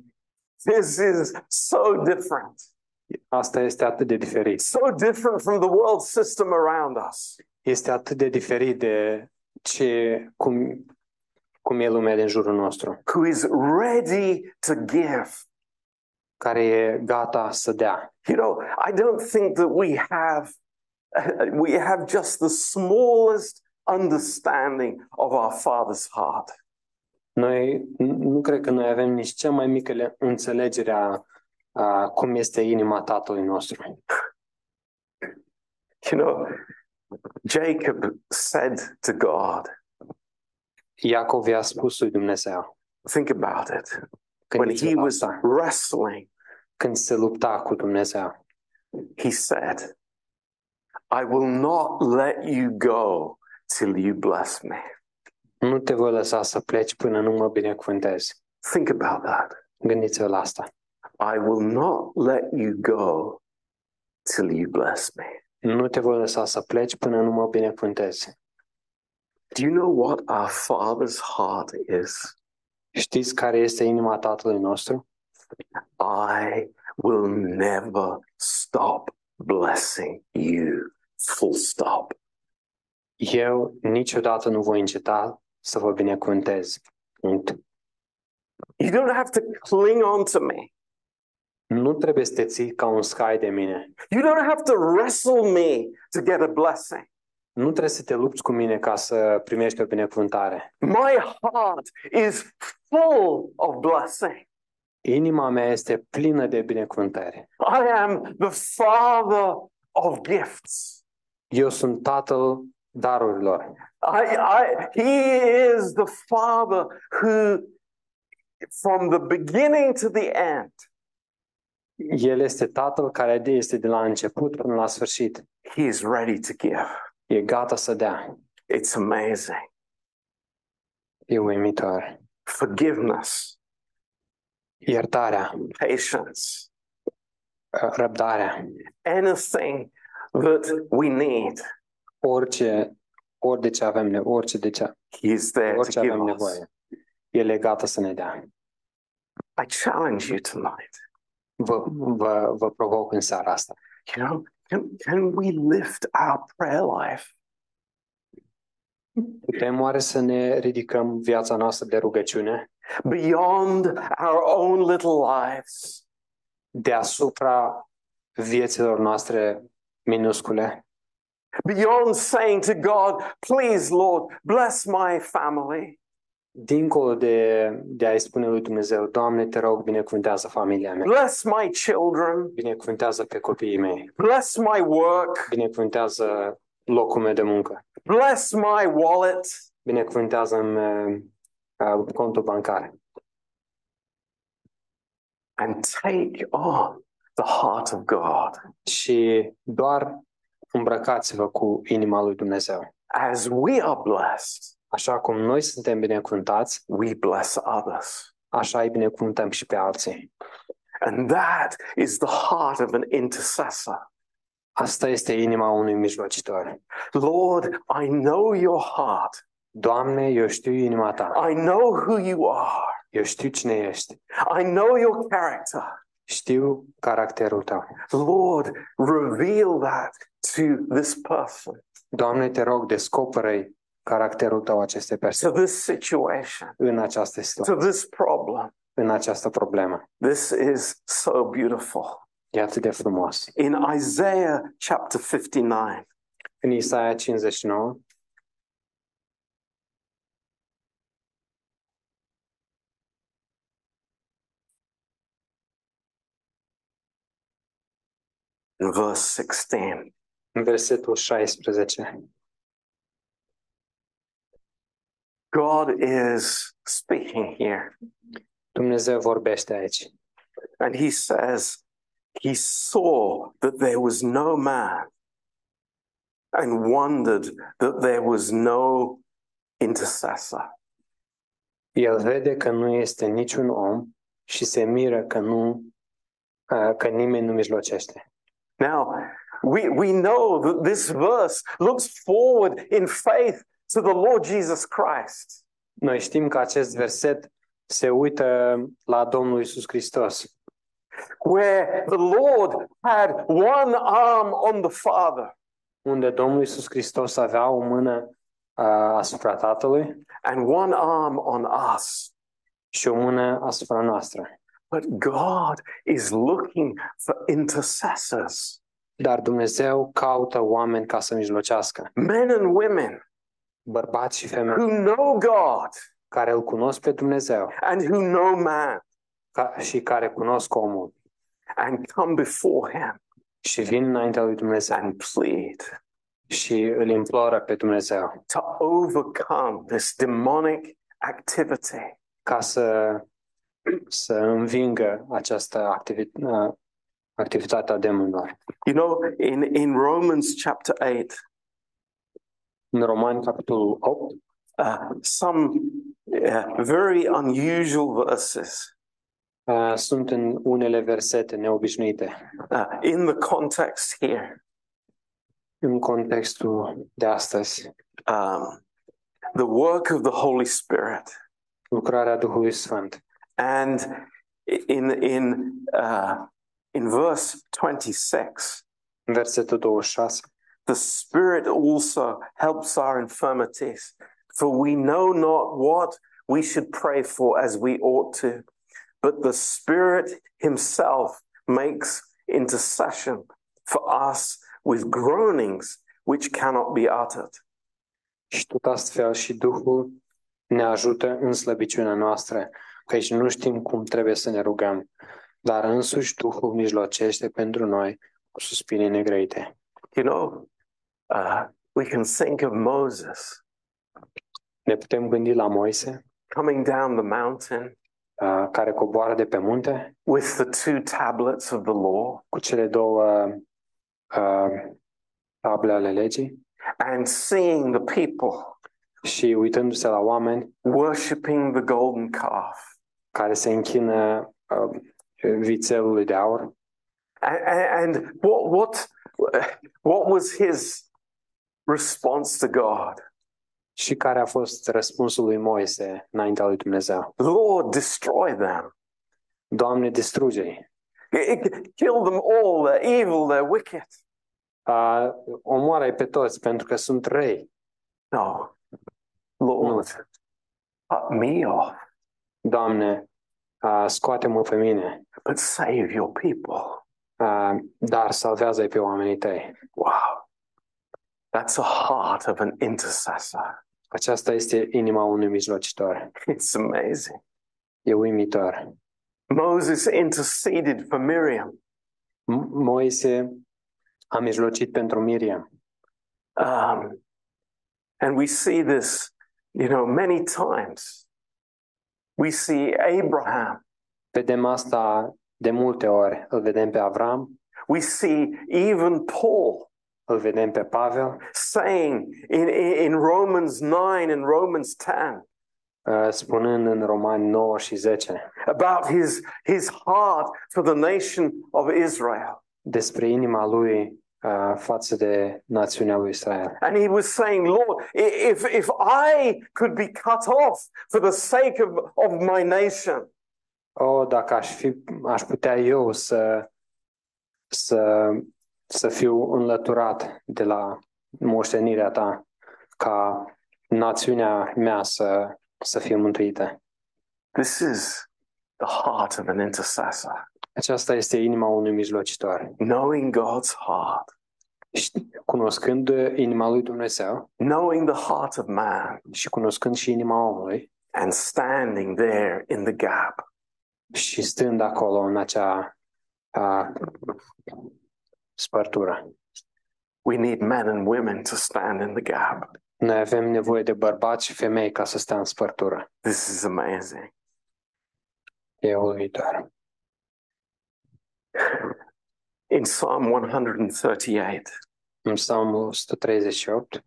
S1: This is so different.
S2: Asta este atât de diferit.
S1: So different from the world system around us.
S2: Este atât de diferit de ce, cum, cum e lumea din jurul nostru,
S1: Who is ready to give.
S2: care e gata să dea.
S1: You know, I don't think that we have we have just the smallest understanding of our father's heart.
S2: Noi nu- nu cred că noi avem nici cea mai mică le- înțelegere a, a cum este inima tatălui nostru.
S1: You know, Jacob said to God,
S2: Iacov i-a spus lui Dumnezeu
S1: think about it.
S2: când,
S1: When
S2: el
S1: he was
S2: lupta,
S1: wrestling
S2: când se lupta cu Dumnezeu.
S1: he said, I will not let you go till you bless me.
S2: Nu te voi lăsa să pleci până nu mă binecuvântezi.
S1: Think about that.
S2: Gândiți-vă la asta.
S1: I will not let you go till you bless me.
S2: Nu te voi lăsa să pleci până nu mă binecuvântezi.
S1: Do you know what our Father's heart is?
S2: Știți care este inima Tatălui nostru?
S1: I will never stop blessing you. Full stop.
S2: Eu niciodată nu voi înceta să vă binecuvântez. Punct.
S1: You don't have to cling on to me.
S2: Nu trebuie să te ții ca un scai de mine.
S1: You don't have to wrestle me to get a blessing.
S2: Nu trebuie să te lupți cu mine ca să primești o binecuvântare.
S1: My heart is full of blessing.
S2: Inima mea este plină de binecuvântare.
S1: I am the father of gifts.
S2: Eu sunt Tatăl darurilor.
S1: I, I, he is the father who, from the beginning to the end,
S2: El este Tatăl care de- este de la început până la sfârșit.
S1: He is ready to give.
S2: E gata să dea.
S1: It's amazing.
S2: E uimitor.
S1: Forgiveness,
S2: Iertarea,
S1: patience,
S2: răbdarea,
S1: anything that we need,
S2: orice, ori de ce avem nevoie, orice de ce,
S1: He is there
S2: orice
S1: to
S2: avem
S1: give us.
S2: nevoie. El e gata să ne dea.
S1: I challenge you tonight.
S2: Vă, vă, vă provoc în seara asta.
S1: You know, can, can we lift our prayer life?
S2: Putem oare să ne ridicăm viața noastră de rugăciune
S1: beyond our own little lives
S2: deasupra vieților noastre minuscule,
S1: beyond saying to god please lord bless my family
S2: dincolo de, de a-i spune lui Dumnezeu, Doamne, te rog, binecuvântează familia mea,
S1: bless my children
S2: binecuvântează pe copiii mei,
S1: bless my work
S2: binecuvântează locul meu de muncă,
S1: bless my wallet
S2: binecuvântează în uh, contul bancar
S1: and take on the heart of god
S2: și doar îmbrăcați-vă cu inima lui Dumnezeu.
S1: as we are blessed
S2: Așa cum noi suntem binecuvântați,
S1: we bless others
S2: așa îi binecuvântăm și pe alții.
S1: and that is the heart of an intercessor
S2: Asta este inima unui mijlocitor.
S1: lord i know your heart
S2: Doamne, eu știu inima ta,
S1: i know who you are
S2: eu știu cine ești,
S1: i know your character
S2: știu caracterul tău.
S1: Lord, reveal that to this person,
S2: Doamne, te rog, descoperă caracterul tău acestei
S1: to
S2: persoane
S1: this situation,
S2: în această situație,
S1: to this problem.
S2: în această problemă.
S1: This is so beautiful.
S2: E atât de frumos.
S1: In Isaiah chapter 59,
S2: În Isaia 59,
S1: in verse 16,
S2: în versetul 16,
S1: God is speaking here,
S2: Dumnezeu vorbește aici
S1: and he says, He saw that there was no man and wondered that there was no intercessor.
S2: El vede că nu este niciun om și se miră că nu a, că nimeni nu mijlocește.
S1: Now, we, we know that this verse looks forward in faith to the Lord Jesus Christ.
S2: Noi știm că acest verset se uită la Domnul Isus Hristos,
S1: Where the Lord had one arm on the Father
S2: unde Domnul Isus Hristos avea o mână a, asupra Tatălui
S1: and one arm on us.
S2: și o mână asupra noastră.
S1: But God is looking for intercessors,
S2: Dar Dumnezeu caută oameni ca să mijlocească,
S1: men and women
S2: bărbați și femei,
S1: who know God
S2: care îl cunosc pe Dumnezeu
S1: and who know man
S2: ca, și care cunosc omul
S1: and come before Him
S2: și vin înaintea lui Dumnezeu
S1: and plead
S2: și îl imploră pe Dumnezeu.
S1: to overcome this demonic activity.
S2: ca să, să învingă această activi- activitate a demonilor.
S1: You know, in, in Romans chapter 8,
S2: În Romani, capitolul 8,
S1: uh, some uh, very unusual verses
S2: uh, sunt în unele versete neobișnuite
S1: uh, in the context here.
S2: în contextul de astăzi.
S1: Um, the work of the Holy Spirit.
S2: Lucrarea Duhului Sfânt.
S1: And in, in, uh, in verse 26,
S2: În versetul 26,
S1: the Spirit also helps our infirmities, for we know not what we should pray for as we ought to, but the Spirit Himself makes intercession for us with groanings which cannot be uttered.
S2: și tot astfel și Duhul ne ajută în slăbiciunea noastră, căci nu știm cum trebuie să ne rugăm, dar însuși Duhul mijlocește pentru noi cu suspine negrăite.
S1: You know, uh, we can think of Moses
S2: Ne putem gândi la Moise
S1: coming down the mountain
S2: uh, care coboară de pe munte
S1: with the two tablets of the law
S2: cu cele două uh, table ale legii
S1: and seeing the people
S2: și uitându-se la oameni
S1: worshiping the golden calf.
S2: care se închină uh, vițelului de aur.
S1: A- a- And what what what was his response to God?
S2: Și care a fost răspunsul lui Moise înaintea lui Dumnezeu?
S1: Lord, destroy them.
S2: Doamne, distruge-i!
S1: I- I- Kill them all. They're evil. They're wicked.
S2: Uh, omoară-i pe toți pentru că sunt răi.
S1: No, Lord, cut me off,
S2: Doamne, uh, scoate-mă pe mine,
S1: but save your people.
S2: uh, dar salvează-i pe oamenii tăi.
S1: Wow, that's the heart of an intercessor.
S2: Aceasta este inima unui mijlocitor.
S1: It's amazing.
S2: E uimitor.
S1: Moses interceded for Miriam.
S2: M- Moise a mijlocit pentru Miriam.
S1: Um, and we see this, you know, many times. We see Abraham.
S2: Vedem asta de multe ori. Îl vedem pe Avram,
S1: We see even Paul
S2: îl vedem pe Pavel,
S1: saying in, in, in Romans 9 and Romans 10
S2: uh, spunând în Romani 9 și 10
S1: about his, his heart for the nation of Israel.
S2: despre inima lui uh, față de națiunea lui Israel.
S1: And he was saying, Lord, i- if, if I could be cut off for the sake of, of my nation,
S2: O, oh, dacă aș, fi, aș putea eu să, să, să fiu înlăturat de la moștenirea ta, ca națiunea mea să, să fie mântuită.
S1: this is the heart of an intercessor.
S2: Aceasta este inima unui mijlocitor.
S1: knowing God's heart,
S2: Și cunoscând inima lui Dumnezeu
S1: knowing the heart of man,
S2: și cunoscând și inima omului
S1: and standing there in the gap.
S2: și stând acolo în acea a, spărtură.
S1: We need men and women to stand in the gap.
S2: Noi avem nevoie de bărbați și femei ca să stea în spărtură.
S1: This is amazing.
S2: E uluitor.
S1: In Psalm 138,
S2: În Psalmul 138,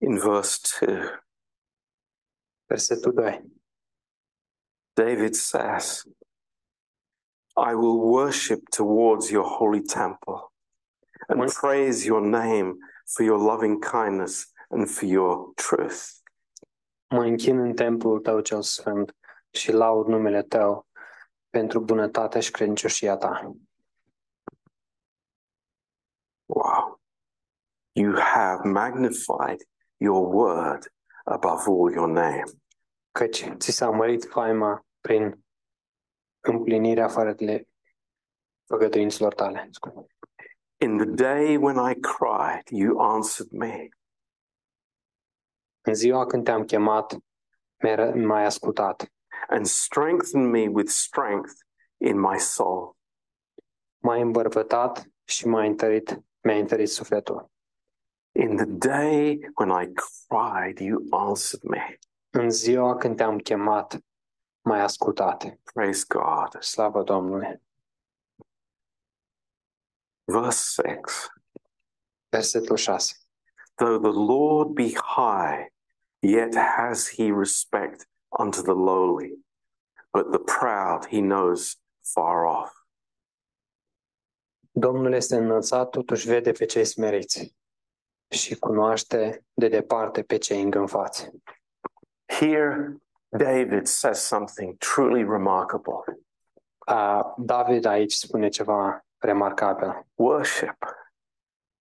S1: in verse 2,
S2: versetul 2,
S1: David says, I will worship towards your holy temple and
S2: What?
S1: praise your name for your loving kindness and for your truth.
S2: mă închin în templul tău cel sfânt și laud numele tău pentru bunătatea și credincioșia ta.
S1: Wow. You have magnified your word above all your name.
S2: căci ți s-a mărit faima prin împlinirea fără de le- făgăduințelor tale. Scuze.
S1: In the day when I cried, you answered me.
S2: În ziua când te-am chemat, mi-ai ră- m-ai ascultat,
S1: and strengthen me with strength in my soul.
S2: m-ai îmbărbătat și m-ai întărit, mi-ai întărit sufletul.
S1: In the day when I cried, you answered me.
S2: În ziua când te-am chemat, m-ai ascultat.
S1: Praise God.
S2: Slavă Domnului!
S1: Verse 6
S2: Versetul 6.
S1: Though the Lord be high, yet has he respect unto the lowly, but the proud he knows far off.
S2: Domnul este înălțat, totuși vede pe cei smeriți și cunoaște de departe pe cei îngânfați.
S1: Here, David says something truly remarkable
S2: A, David aici spune ceva remarcabil.
S1: worship,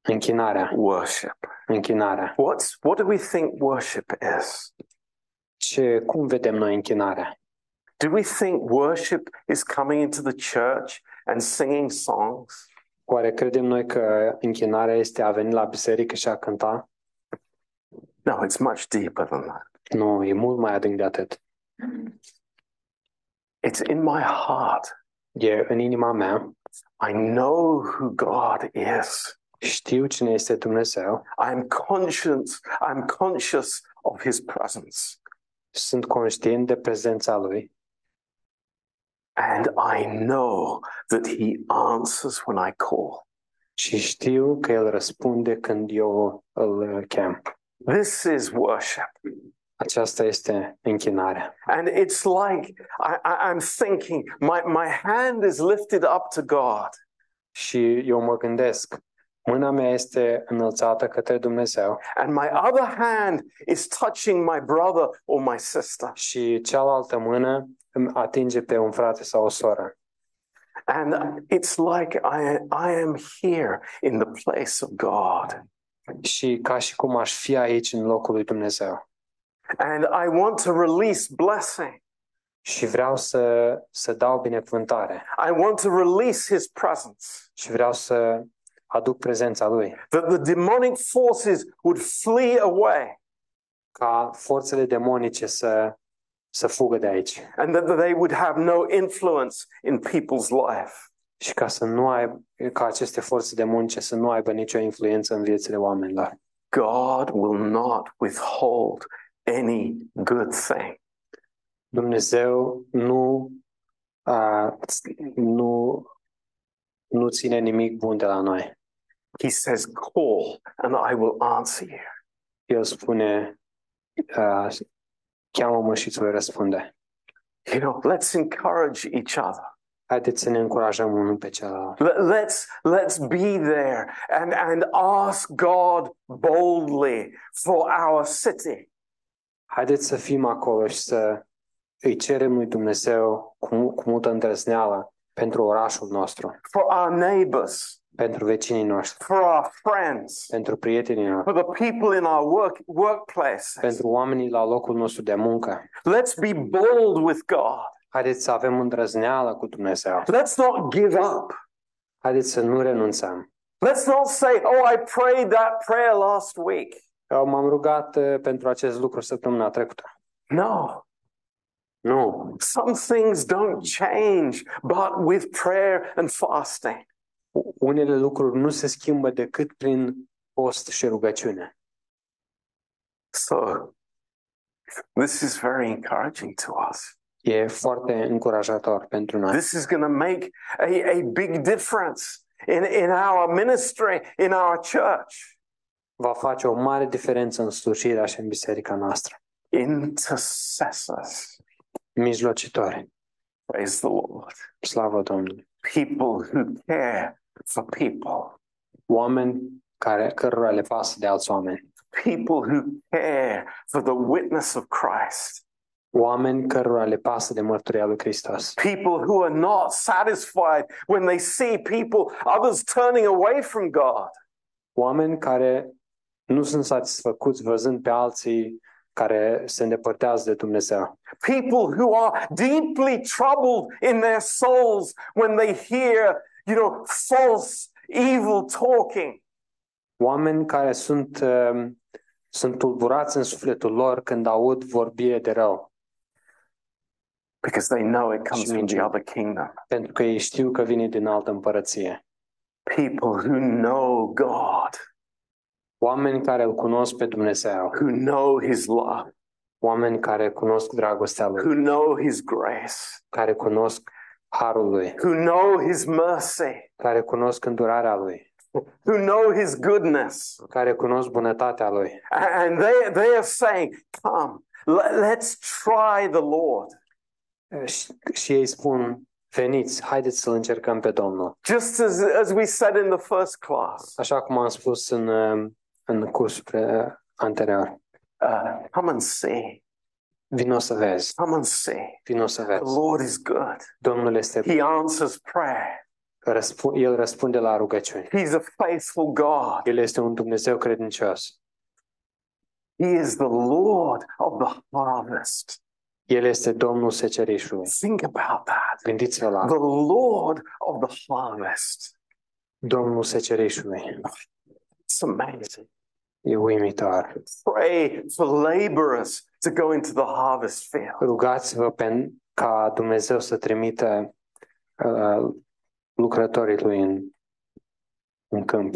S2: Închinarea,
S1: worship.
S2: închinarea.
S1: What's, what do we think worship is?
S2: Ce, cum vedem noi închinarea?
S1: Do we think worship is coming into the church and singing songs?
S2: Oare credem noi că închinarea este a veni la biserică și a cânta?
S1: No, it's much deeper than that.
S2: Nu, e mult mai adânc de atât.
S1: It's in my heart.
S2: E în inima mea.
S1: I know who God is.
S2: Știu cine este Dumnezeu.
S1: I'm conscious, I'm conscious of his presence.
S2: Sunt conștient de prezența Lui
S1: And I know that he answers when I call.
S2: și știu că El răspunde când eu îl chem.
S1: This is worship.
S2: Aceasta este închinarea.
S1: And it's like I, I, I'm thinking, my, my hand is lifted up to God.
S2: Și eu mă gândesc, mâna mea este înălțată către Dumnezeu
S1: and my other hand is touching my brother or my sister.
S2: și cealaltă mână îmi atinge pe un frate sau o soră.
S1: And it's like I, I am here in the place of God.
S2: Și ca și cum aș fi aici în locul lui Dumnezeu.
S1: And I want to release blessing.
S2: Și vreau să, să dau binecuvântare
S1: I want to release his presence,
S2: și vreau să aduc prezența Lui.
S1: that the demonic forces would flee away
S2: ca forțele demonice să, să fugă de aici
S1: and that they would have no influence in people's life.
S2: și ca să nu ai, ca aceste forțe demonice să nu aibă nicio influență în viețile oamenilor.
S1: God will not withhold any good thing.
S2: Dumnezeu nu a, nu nu ține nimic bun de la noi.
S1: He says, Call and I will answer you.
S2: El spune a, cheamă-mă și îți voi răspunde.
S1: You know, let's encourage each other.
S2: Haideți să ne încurajăm unul pe celălalt
S1: Let- Let's let's be there and and ask God boldly for our city.
S2: Haideți să fim acolo și să îi cerem lui Dumnezeu cu, mu- cu multă îndrăzneală pentru orașul nostru.
S1: for our neighbors,
S2: pentru vecinii noștri,
S1: for our friends,
S2: pentru prietenii noștri,
S1: for the people in our work workplaces.
S2: pentru oamenii la locul nostru de muncă.
S1: Let's be bold with God.
S2: Haideți să avem îndrăzneală cu Dumnezeu.
S1: Let's not give up.
S2: Haideți să nu renunțăm.
S1: Let's not say, "Oh, I prayed that prayer last week."
S2: Eu m-am rugat uh, pentru acest lucru săptămâna trecută.
S1: No,
S2: Nu.
S1: some things don't change, but with prayer and fasting.
S2: U- Unele lucruri nu se schimbă decât prin post și rugăciune.
S1: So, this is very encouraging to us.
S2: E foarte încurajator pentru noi.
S1: This is going to make a, a big difference in, in our ministry, in our church.
S2: Va face o mare diferență în slujirea și în biserica noastră.
S1: Intercessors.
S2: Mijlocitori.
S1: Praise the Lord.
S2: Slavă Domnului.
S1: People who care for people.
S2: Oameni care, cărora le pasă de alți oameni.
S1: People who care for the witness of Christ.
S2: oameni cărora le pasă de mărturia lui Hristos.
S1: People who are not satisfied when they see people, others turning away from God.
S2: Oameni care nu sunt satisfăcuți văzând pe alții care se îndepărtează de Dumnezeu.
S1: people who are deeply troubled in their souls when they hear, you know, false, evil talking.
S2: Oameni care sunt, um, sunt tulburați în sufletul lor când aud vorbire de rău,
S1: Because they know it comes from the other kingdom.
S2: pentru că ei știu că vine din altă împărăție.
S1: People who know God,
S2: Oameni care îl cunosc pe Dumnezeu,
S1: who know His love,
S2: oameni care cunosc dragostea lui,
S1: who know His grace,
S2: care cunosc harul lui,
S1: who know His mercy,
S2: care cunosc îndurarea lui,
S1: who know His goodness.
S2: care cunosc bunătatea lui.
S1: And they, they are saying, Come, let, let's try the Lord.
S2: Și, și ei spun, veniți, haideți să-L încercăm pe Domnul.
S1: Just as, as we said in the first class,
S2: Așa cum am spus în, uh, în cursul pre- anterior.
S1: uh, come and see.
S2: Vino să vezi,
S1: Come and see.
S2: vino să
S1: The
S2: vezi.
S1: Lord is good.
S2: Domnul este,
S1: He answers prayer.
S2: răspu- El răspunde la rugăciuni.
S1: He's a faithful God.
S2: El este un Dumnezeu credincios.
S1: He is the Lord of the harvest.
S2: El este Domnul secerișului.
S1: Think about that.
S2: Gândiți-vă la
S1: The Lord of the harvest.
S2: Domnul secerișului.
S1: It's amazing.
S2: E uimitor.
S1: Pray for laborers to go into the harvest field.
S2: Rugați-vă pen, ca Dumnezeu să trimită uh, lucrătorii lui în, în câmp.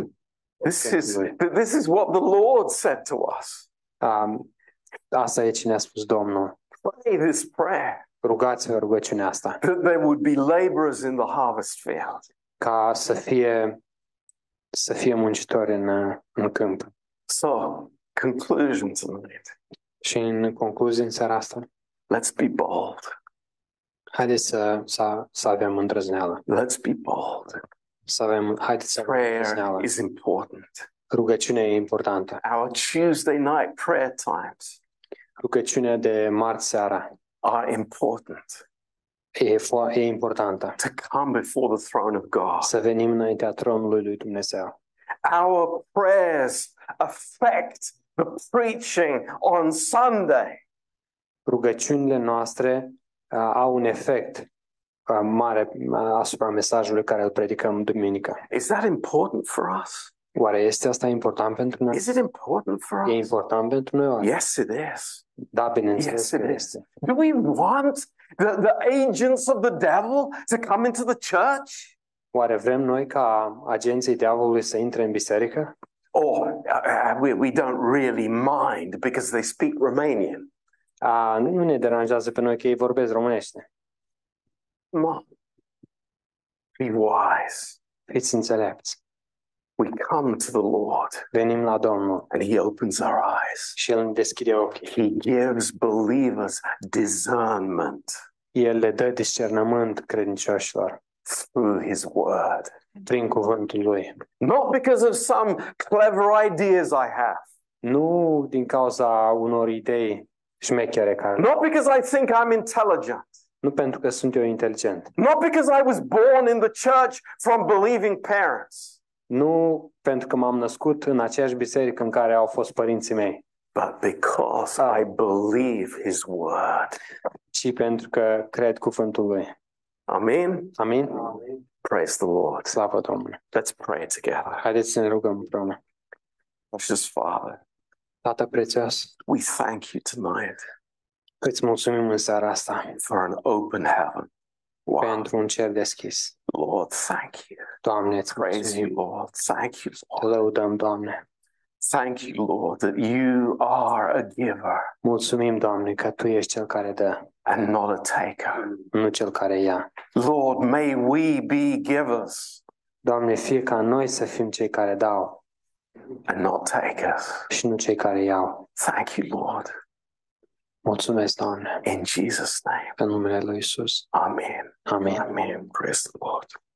S1: This
S2: În
S1: is,
S2: câmpul lui.
S1: this is what the Lord said to us.
S2: Um, asta e cine a spus Domnul.
S1: Pray this prayer
S2: Rugați-vă rugăciunea asta.
S1: that there would be laborers in the harvest field.
S2: ca să fie să fie muncitori în, uh, în câmp.
S1: So, conclusion tonight.
S2: Și în concluzie, în seara asta,
S1: Let's be bold.
S2: haideți să, să, să avem îndrăzneală.
S1: Let's be bold.
S2: Să avem, haideți să avem îndrăzneală.
S1: Prayer is important.
S2: Rugăciunea e importantă.
S1: Our Tuesday night prayer times
S2: Rugăciunea de marți seara
S1: are important
S2: e, fo- e importantă.
S1: to come before the throne of God.
S2: Să venim înaintea tronului lui Dumnezeu.
S1: Our prayers affect the preaching on Sunday.
S2: Rugăciunile noastre uh, au un efect uh, mare uh, asupra mesajului care îl predicăm duminică.
S1: Is that important for us?
S2: Oare este asta important pentru noi?
S1: Is it important for
S2: E
S1: us?
S2: important pentru noi? oare?
S1: Yes, it is.
S2: Da, bineînțeles
S1: Yes, it
S2: că
S1: is.
S2: este.
S1: Do we want the, the agents of the devil to come into the church?
S2: Oare vrem noi ca agenții diavolului să intre în biserică?
S1: Or uh, uh, we, we don't really mind because they speak Romanian.
S2: A, nu ne deranjează pe noi că ei vorbesc românește.
S1: No. Be wise.
S2: Fiți înțelepți.
S1: We come to the Lord
S2: Venim la Domnul
S1: and He opens our eyes.
S2: și El ne deschide ochii.
S1: He gives believers discernment
S2: El le dă discernământ credincioșilor
S1: through His word.
S2: prin cuvântul Lui.
S1: Not because of some clever ideas I have,
S2: Nu din cauza unor idei șmechere care...
S1: not because I think I'm intelligent,
S2: Nu pentru că sunt eu inteligent.
S1: not because I was born in the church from believing parents,
S2: Nu pentru că m-am născut în aceeași biserică în care au fost părinții mei,
S1: but because I believe His word.
S2: ci pentru că cred cuvântul Lui.
S1: Amen.
S2: Amin?
S1: Praise the Lord.
S2: Slavă Domnului!
S1: Let's pray together.
S2: Haideți să ne rugăm împreună.
S1: Precious Father,
S2: Tată prețios,
S1: we thank you tonight.
S2: îți mulțumim în seara asta
S1: for an open heaven. Wow,
S2: pentru un cer deschis.
S1: Lord, thank you.
S2: Doamne, îți
S1: Praise
S2: mulțumim.
S1: you, Lord. Thank you,
S2: Te
S1: Lord.
S2: lăudăm, Doamne.
S1: Thank you, Lord, that you are a giver
S2: Mulțumim, Doamne, că Tu ești Cel care dă,
S1: and not a taker.
S2: nu Cel care ia.
S1: Lord, may we be givers
S2: Doamne, fie ca noi să fim cei care dau
S1: and not takers.
S2: și nu cei care iau.
S1: Thank you, Lord.
S2: Mulțumesc, Doamne,
S1: In Jesus' name.
S2: în numele Lui Isus.
S1: Amen.
S2: Amin.
S1: Amen. Praise the Lord.